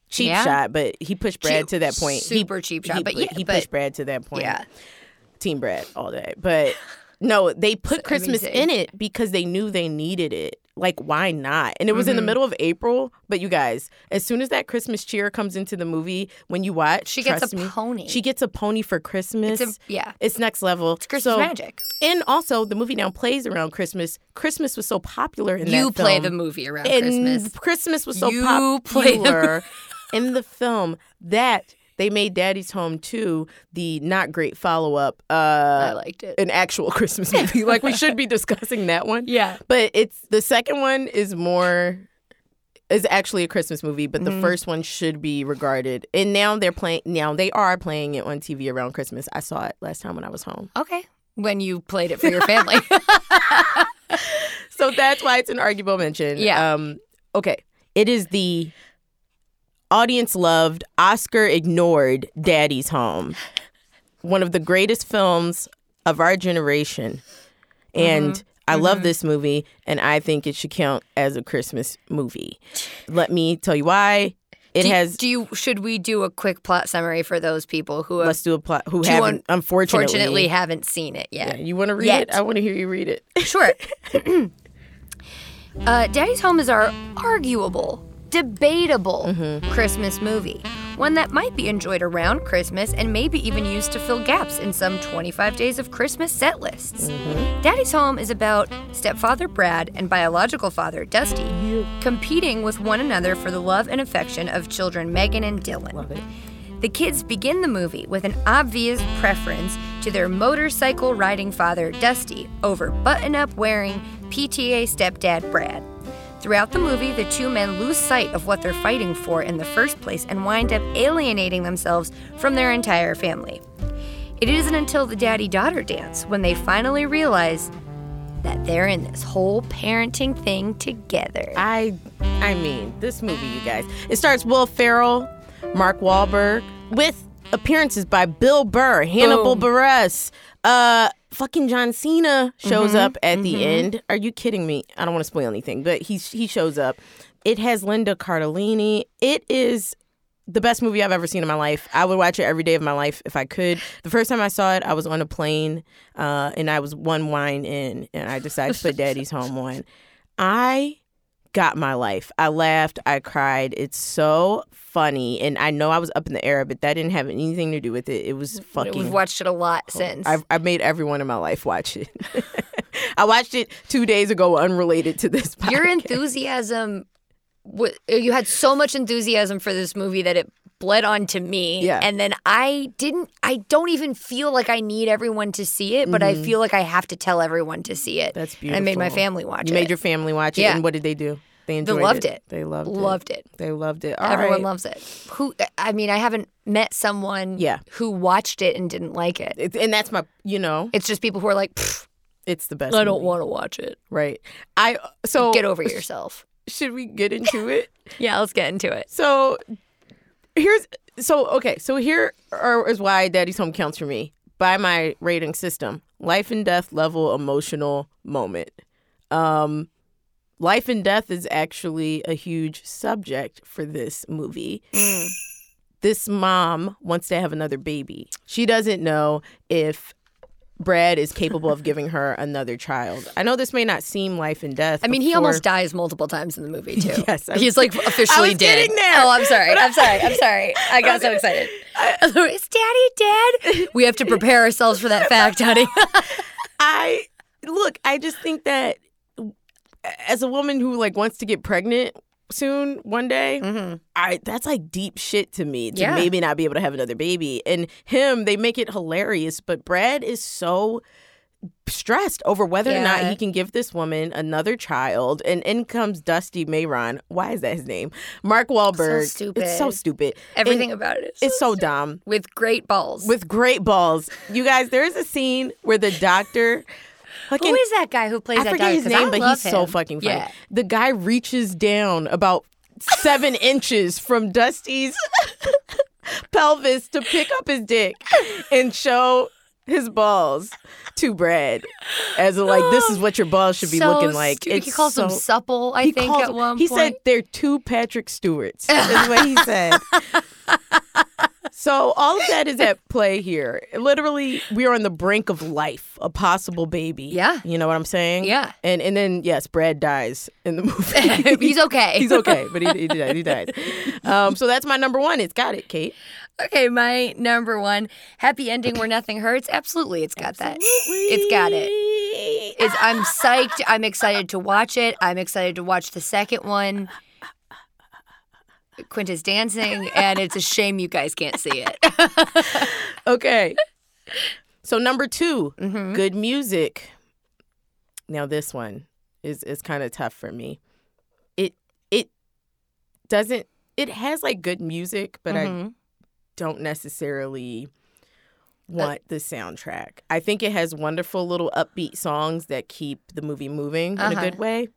Cheap Yeah. shot, but he pushed Brad Cheap- to that point. He- super cheap shot, he, but pu- yeah, he but- pushed Brad to that point. Yeah. Team Brad all day. But no, they put Christmas in amazing. it because they knew they needed it. Like, why not? And it was in the Mm-hmm. middle of April. But you guys, as soon as that Christmas cheer comes into the movie, when you watch, She gets trust a me, pony. She gets a pony for Christmas. It's a- yeah. It's next level. It's Christmas magic. And also, the movie now plays around Christmas. Christmas was so popular in You that play film the movie around and Christmas. Christmas was so You play the- popular in the film that They made Daddy's Home 2 the not great follow up. Uh, I liked it. an actual Christmas movie. like we should be discussing that one. Yeah. But it's the second one is more is actually a Christmas movie, but Mm-hmm. the first one should be regarded. And now they're playing now they are playing it on TV around Christmas. I saw it last time when I was home. Okay. When you played it for your family. So that's why it's an arguable mention. Yeah. Um okay. It is the audience loved, Oscar ignored Daddy's Home. One of the greatest films of our generation. And Mm-hmm. I love this movie and I think it should count as a Christmas movie. Let me tell you why. It do, you- has do you should we do a quick plot summary for those people who have let's do a plot who do haven't un- unfortunately, fortunately haven't seen it yet? Yeah, you want to read Yet. it? I want to hear you read it. Sure. uh, Daddy's Home is our arguable, debatable Mm-hmm. Christmas movie. One that might be enjoyed around Christmas and maybe even used to fill gaps in some 25 days of Christmas set lists. Mm-hmm. Daddy's Home is about stepfather Brad and biological father Dusty competing with one another for the love and affection of children Megan and Dylan. The kids begin the movie with an obvious preference to their motorcycle riding father, Dusty, over button up wearing PTA stepdad, Brad. Throughout the movie, the two men lose sight of what they're fighting for in the first place and wind up alienating themselves from their entire family. It isn't until the daddy daughter dance when they finally realize that they're in this whole parenting thing together. I I mean, this movie, you guys. It starts Will Ferrell, Mark Wahlberg, with appearances by Bill Burr, Hannibal Buress, uh fucking John Cena shows up at the end. Are you kidding me? I don't want to spoil anything, but he he shows up. It has Linda Cardellini. It is the best movie I've ever seen in my life. I would watch it every day of my life if I could. The first time I saw it, I was on a plane uh, and I was one wine in, and I decided to put Daddy's Home on. I got my life. I laughed, I cried. It's so funny, and I know I was up in the air, but that didn't have anything to do with it. It was fucking. We've watched it a lot since. I've, I've made everyone in my life watch it. I watched it two days ago, unrelated to this. Podcast. your enthusiasm wa- you had so much enthusiasm for this movie that it bled onto me Yeah. and then i didn't i don't even feel like i need everyone to see it but i feel like i have to tell everyone to see it Mm-hmm. That's And i made my beautiful. family watch You it made your family watch it, Yeah. and what did they do? They enjoyed loved it. They loved, loved it it. They loved it. All everyone right. loves it who i mean i haven't met someone Yeah. who watched it and didn't like it It's- and that's my, you know, it's just people who are like "Pfft, it's the best. i don't movie. Oh. want to watch it Right. I so get over yourself Should we get into it? yeah let's get into it So here's so okay. So here are, is why Daddy's Home counts for me by my rating system: life and death level emotional moment. Um, life and death is actually a huge subject for this movie. Mm. This mom wants to have another baby. She doesn't know if Brad is capable of giving her another child. I know this may not seem life and death. I mean, he for- almost dies multiple times in the movie too. Yes, I- he's like officially I was dead. getting there. Oh, I'm sorry. I'm sorry. I'm sorry. I got so excited. Is Daddy dead? We have to prepare ourselves for that fact, honey. I look, I just think that as a woman who like wants to get pregnant soon one day, I that's like deep shit to me to Mm-hmm. Yeah. maybe not be able to have another baby. And him, they make it hilarious, but Brad is so stressed over whether or not Yeah. he can give this woman another child. And in comes Dusty Mayron. Why is that his name? Mark Wahlberg. It's so stupid. stupid. And Everything about it is it's so dumb with great balls. with great balls. You guys, there is a scene where the doctor. who fucking- is that guy who plays I that forget guy? his 'Cause I name, but love he's so him. fucking funny. Yeah. The guy reaches down about seven inches from Dusty's pelvis to pick up his dick and show his balls to Brad as a, like this is what your balls should be Oh, So looking like. stupid. It's he calls him so- supple. I he think calls at him- one he point. said they're two Patrick Stewarts. Is what he said. so all of that is at play here. Literally, we are on the brink of life, a possible baby. Yeah. you know what I'm saying. Yeah. and and then yes, Brad dies in the movie. he's okay. He's okay, but he, he died. He died. Um, so that's my number one. It's got it, Kate. Okay, my number one happy ending where nothing hurts. Absolutely, it's got that. It's got it. It's, I'm psyched. I'm excited to watch it. I'm excited to watch the second one. Quinta's dancing, and it's a shame you guys can't see it. Okay. So number 2 Mm-hmm. good music. Now this one is is kind of tough for me. It it doesn't it has like good music, but I don't necessarily want the soundtrack. I think it has wonderful little upbeat songs that keep the movie moving in a good way.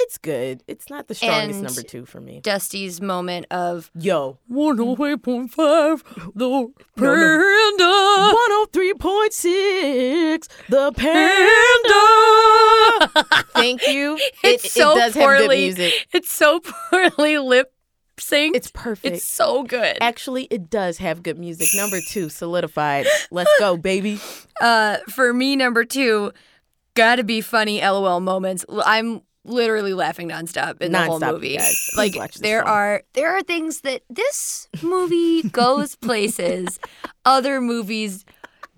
It's good. It's not the strongest And- number 2 for me. Dusty's moment of Yo, 108.5, the panda. 103.6 the panda thank you It's it, so it does poorly. have good music It's so poorly lip synced. it's perfect It's so good. actually it does have good music number two solidified let's go baby Uh, for me, number two, gotta be funny LOL moments. L- I'm literally laughing nonstop in the whole Nonstop, movie. you guys. Please Like watch this there film. are there are things that this movie goes places other movies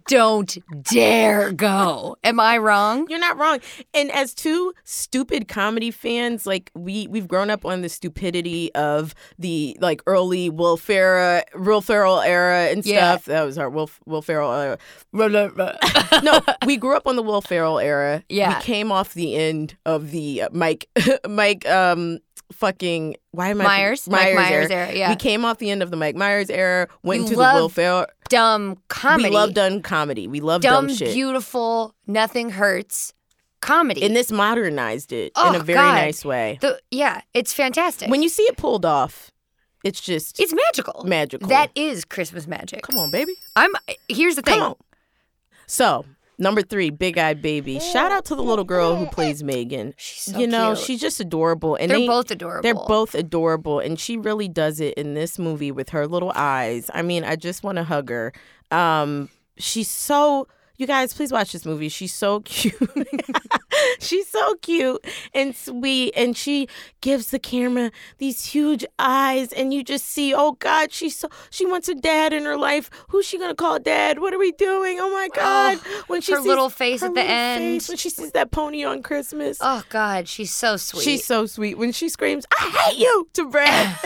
don't dare go. Am I wrong? you're not wrong and as two stupid comedy fans like we we've grown up on the stupidity of the like early will ferrell will ferrell era and Yeah. stuff that was our will will ferrell era. no, we grew up on the Will Ferrell era. Yeah. we came off the end of the uh, Mike, Mike, um, fucking why am I Myers, Mike Myers era, yeah. we came off the end of the Mike Myers era. Went We into love the Will Ferrell. Dumb comedy. We love dumb comedy. We love dumb, dumb, shit. beautiful, nothing hurts comedy. and this modernized it in Oh, a very God. nice way. the, yeah, it's fantastic. When you see it pulled off, it's just it's magical. magical. That is Christmas magic. come on, baby. I'm here's the thing. Come on. So number three, Big Eyed Baby. Shout out to the little girl who plays Megan. She's so you know, cute. she's just adorable, and They're they- both adorable. They're both adorable, and she really does it in this movie with her little eyes. I mean, I just want to hug her. Um, she's so. You guys, please watch this movie. She's so cute. she's so cute and sweet, and she gives the camera these huge eyes, and you just see, oh God, she's so. She wants a dad in her life. Who's she gonna call dad? What are we doing? Oh my God! when her little face at the little end. when she sees that pony on Christmas. Oh God, she's so sweet. She's so sweet when she screams, "I hate you!" to Brad.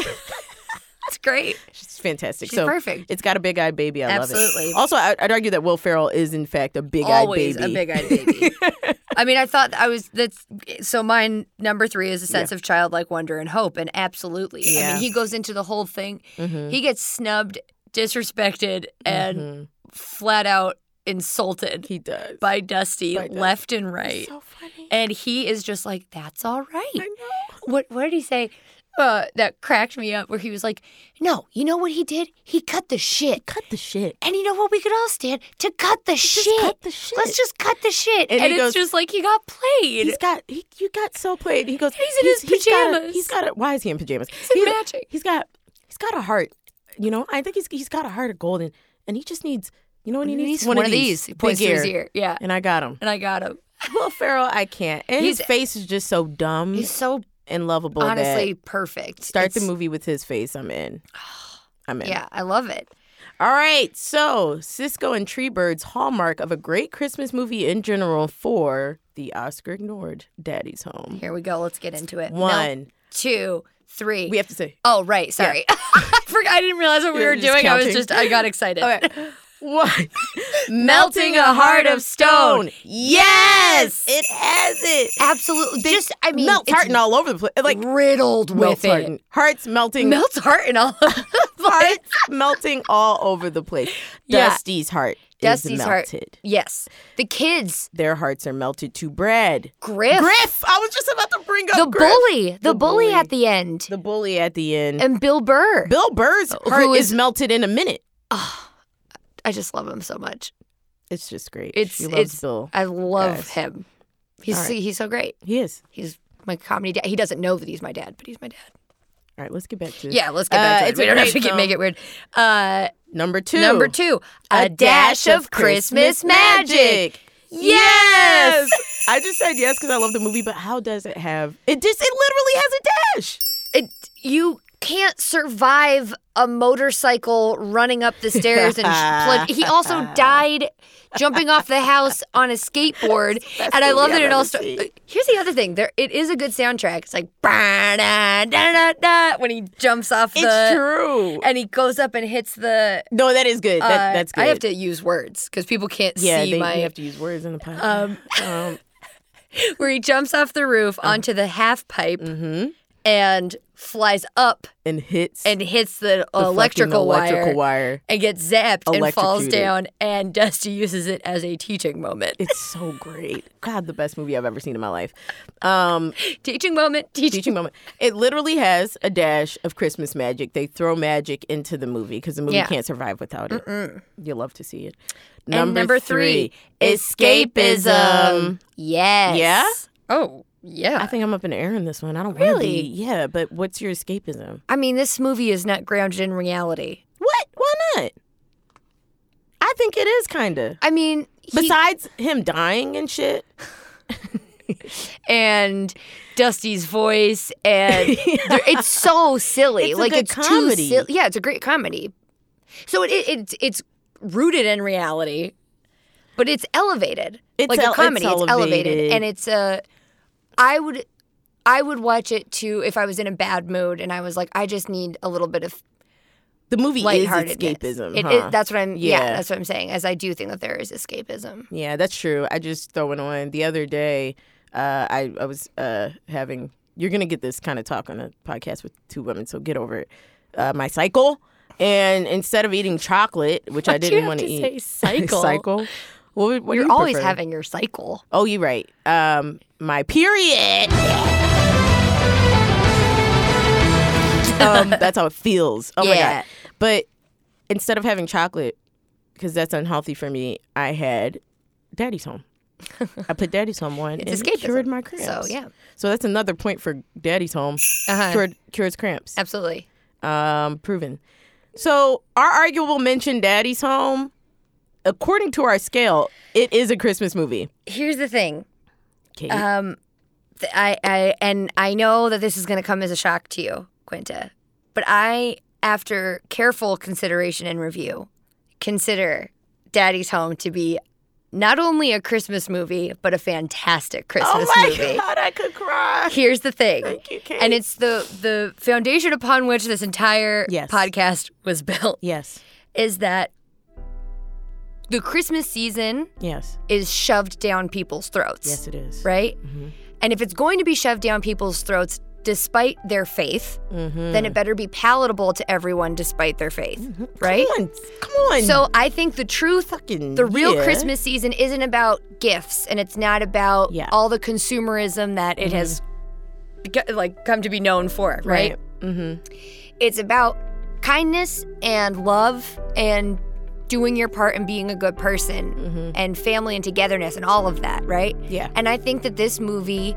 That's great. She's fantastic. She's so perfect. It's got a big eyed baby. I love Absolutely. it. Also, I- I'd argue that Will Ferrell is in fact a big eyed Always baby. a big eyed baby. I mean, I thought I was that's so. Mine number three is a sense of childlike wonder and hope, and absolutely. I Yeah. mean, he goes into the whole thing. Mm-hmm. He gets snubbed, disrespected, and flat out insulted He does. by Dusty left and right. so funny. and he is just like, "That's all right." I know. what what did he say? Uh, that cracked me up. Where he was like, "No, you know what he did? He cut the shit." Cut the shit. And you know what we could all stand to cut the shit. cut the shit. Let's just cut the shit. And he And, it's goes- just like he got played. He's got he, you got so played. He goes. He's in his got a- pajamas. he's got a why is he in pajamas? He's in magic. He's got he's got a heart. You know, I think he's he's got a heart of golden, and he just needs you know what he And needs he's one of these. He Big Mm-hmm. points to his ear. Yeah. and I got him. and I got him. Will Ferrell, I can't. And his He's- face is just so dumb He's so and lovable. that- honestly perfect. Start the It's- movie with his face. I'm in. I'm in. Yeah, I love it. All right. So, Cisco and Tree Bird's hallmark of a great Christmas movie in general for the Oscar ignored Daddy's Home. Here we go. Let's get into it. No, One. two, three. We have to say. oh, right. Sorry. I forgot. I didn't realize what we You're were just doing. I was counting. just. I got excited. Okay. One. Melting a heart of stone. Yes. It has it. Absolutely. just. I mean, Melts it's hearting all over the place. Like, riddled melts with hearting. it. Hearts melting. Melts heart and all. hearts melting all over the place. Yeah. Dusty's heart Dusty's is heart. melted. Yes. The kids. Their hearts are melted to bread. Griff. Griff, I was just about to bring up The Griff. bully. The, The bully, bully. at the end. the bully at the end. and Bill Burr. Bill Burr's Who heart is, is- melted in a minute. I just love him so much. It's just great. It's she loves it's Bill. I love Guys. him. He's All right. he's so great. He is. He's my comedy dad. He doesn't know that he's my dad, but he's my dad. All right, let's get back to Yeah, let's get back Uh, to it. it's We a don't have great to get, make film. it weird. Uh, number two. Number two, a, dash of Christmas magic. Yes. I just said yes because I love the movie, but how does it have? It just it literally has a dash. It, you can't survive a motorcycle running up the stairs and sh- plug- he also died jumping off the house on a skateboard and i love that it also here's the other thing there it is a good soundtrack it's like "Bah, da, da, da, da," when he jumps off the it's true. and he goes up and hits the No, that is good. uh, That, that's good. i have to use words because people can't yeah, see they, my you have to use words in the podcast. um, where he jumps off the roof Uh-huh. onto the half pipe Mm-hmm. and flies up and hits and hits the, the fucking electrical, electrical wire, wire. and gets zapped and falls Electrocuted. down. And Dusty uses it as a teaching moment. It's so great. God, the best movie I've ever seen in my life. Um, teaching moment, teaching. teaching moment. It literally has a dash of Christmas magic. They throw magic into the movie because the movie Yeah. can't survive without it. You love to see it. number three, escapism. Yes. Yeah? Oh, yeah. I think I'm up in the air in this one. I don't Really? really. Yeah, but what's your escapism? I mean, this movie is not grounded in reality. What? Why not? I think it is kind of. I mean, he- Besides him dying and shit, and Dusty's voice, and they're- it's so silly. It's a like good it's comedy. Too sil- yeah, it's a great comedy. So it, it it's it's rooted in reality, but it's elevated. It's like el- a it's comedy. It's elevated. elevated. and it's a. I would, I would watch it too if I was in a bad mood and I was like, I just need a little bit of the movie is lightheartedness. escapism. It- it- huh? that's what I'm. Yeah. Yeah. that's what I'm saying. As I do think that there is escapism. Yeah, that's true. I just throwing on the other day. Uh, I I was uh, having. You're gonna get this kind of talk on a podcast with two women, so get over it. Uh, my cycle, and instead of eating chocolate, which I Why'd you didn't have want to eat, say cycle? cycle. What, would- what do You're you always prefer? having your cycle. Oh, you're right. Um, my period. um, that's how it feels. Oh Yeah. my god! But instead of having chocolate, because that's unhealthy for me, I had Daddy's Home. I put Daddy's Home on It's and escapism. cured my cramps. So yeah, So that's another point for Daddy's Home. Uh-huh. Cured cures cramps. absolutely. Um, proven. So our arguable mention, Daddy's Home, according to our scale, it is a Christmas movie. Here's the thing. Kate. Um, th- I, I and I know that this is going to come as a shock to you, Quinta, but I, after careful consideration and review, consider Daddy's Home to be not only a Christmas movie but a fantastic Christmas movie. Oh I could cry. Here's the thing. you, Kate. And it's the the foundation upon which this entire Yes. podcast was built Yes, is that the Christmas season yes, is shoved down people's throats. yes, it is. Mm-hmm. right? And if it's going to be shoved down people's throats despite their faith, Mm-hmm. then it better be palatable to everyone despite their faith, right? Come on, come on. So I think the truth, Fucking the real Mm-hmm. yeah. Christmas season isn't about gifts and it's not about Yeah. Mm-hmm. all the consumerism that it has beca- like come to be known for, right? It's about kindness and love and doing your part and being a good person Mm-hmm. and family and togetherness and all of that, right? Yeah. And I think that this movie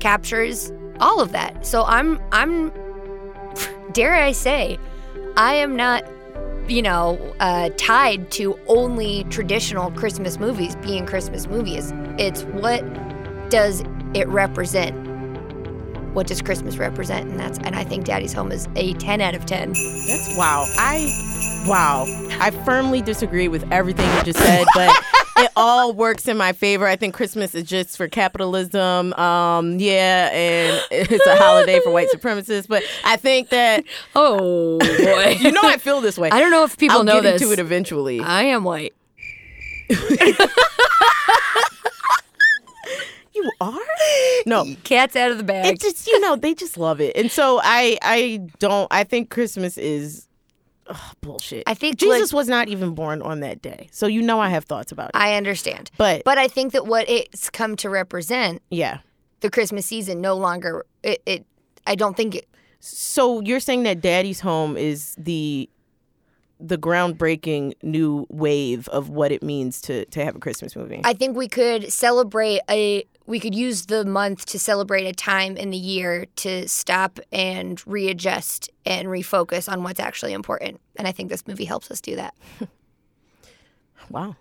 captures all of that. So I'm I'm dare I say, I am not you know, uh, tied to only traditional Christmas movies being Christmas movies. It's what does it represent? What does Christmas represent? And that's and I think Daddy's Home is a 10 out of 10. That's wow. I wow. I firmly disagree with everything you just said, but it all works in my favor. I think Christmas is just for capitalism. Um, yeah, and it's a holiday for white supremacists. But I think that Oh boy. you know I feel this way. I don't know if people I'll get know this. Uh, into it eventually. I am white. you are? No. Cat's out of the bag. it just you know they just love it and so i i don't i think christmas is ugh, bullshit I think, jesus like- was not even born on that day so you know i have thoughts about it I understand. but, But I think that what it's come to represent yeah the Christmas season no longer it, it I don't think it, so you're saying that daddy's home is the the groundbreaking new wave of what it means to to have a christmas movie I think we could celebrate a we could use the month to celebrate a time in the year to stop and readjust and refocus on what's actually important. And I think this movie helps us do that. wow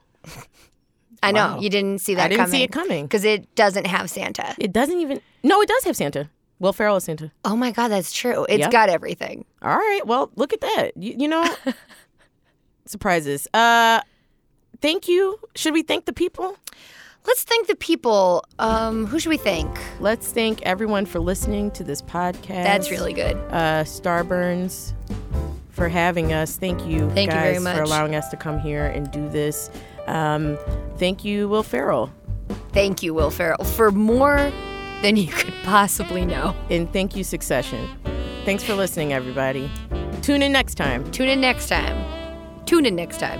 I know Wow. you didn't see that i didn't coming. see it coming Because it doesn't have Santa. it doesn't even no it does have santa Will Ferrell is Santa. Oh my God, that's true. It's Yep. got everything. All right. Well, look at that. You, you know, surprises. Uh, thank you. Should we thank the people? Let's thank the people. Um, who should we thank? Let's thank everyone for listening to this podcast. That's really good. uh, Starburns for having us. Thank you, Thank you guys, very much. for allowing us to come here and do this. Um, thank you, Will Ferrell, Thank you, Will Ferrell, for more than you could possibly know. and thank you, Succession. Thanks for listening, everybody. Tune in next time. Tune in next time. Tune in next time.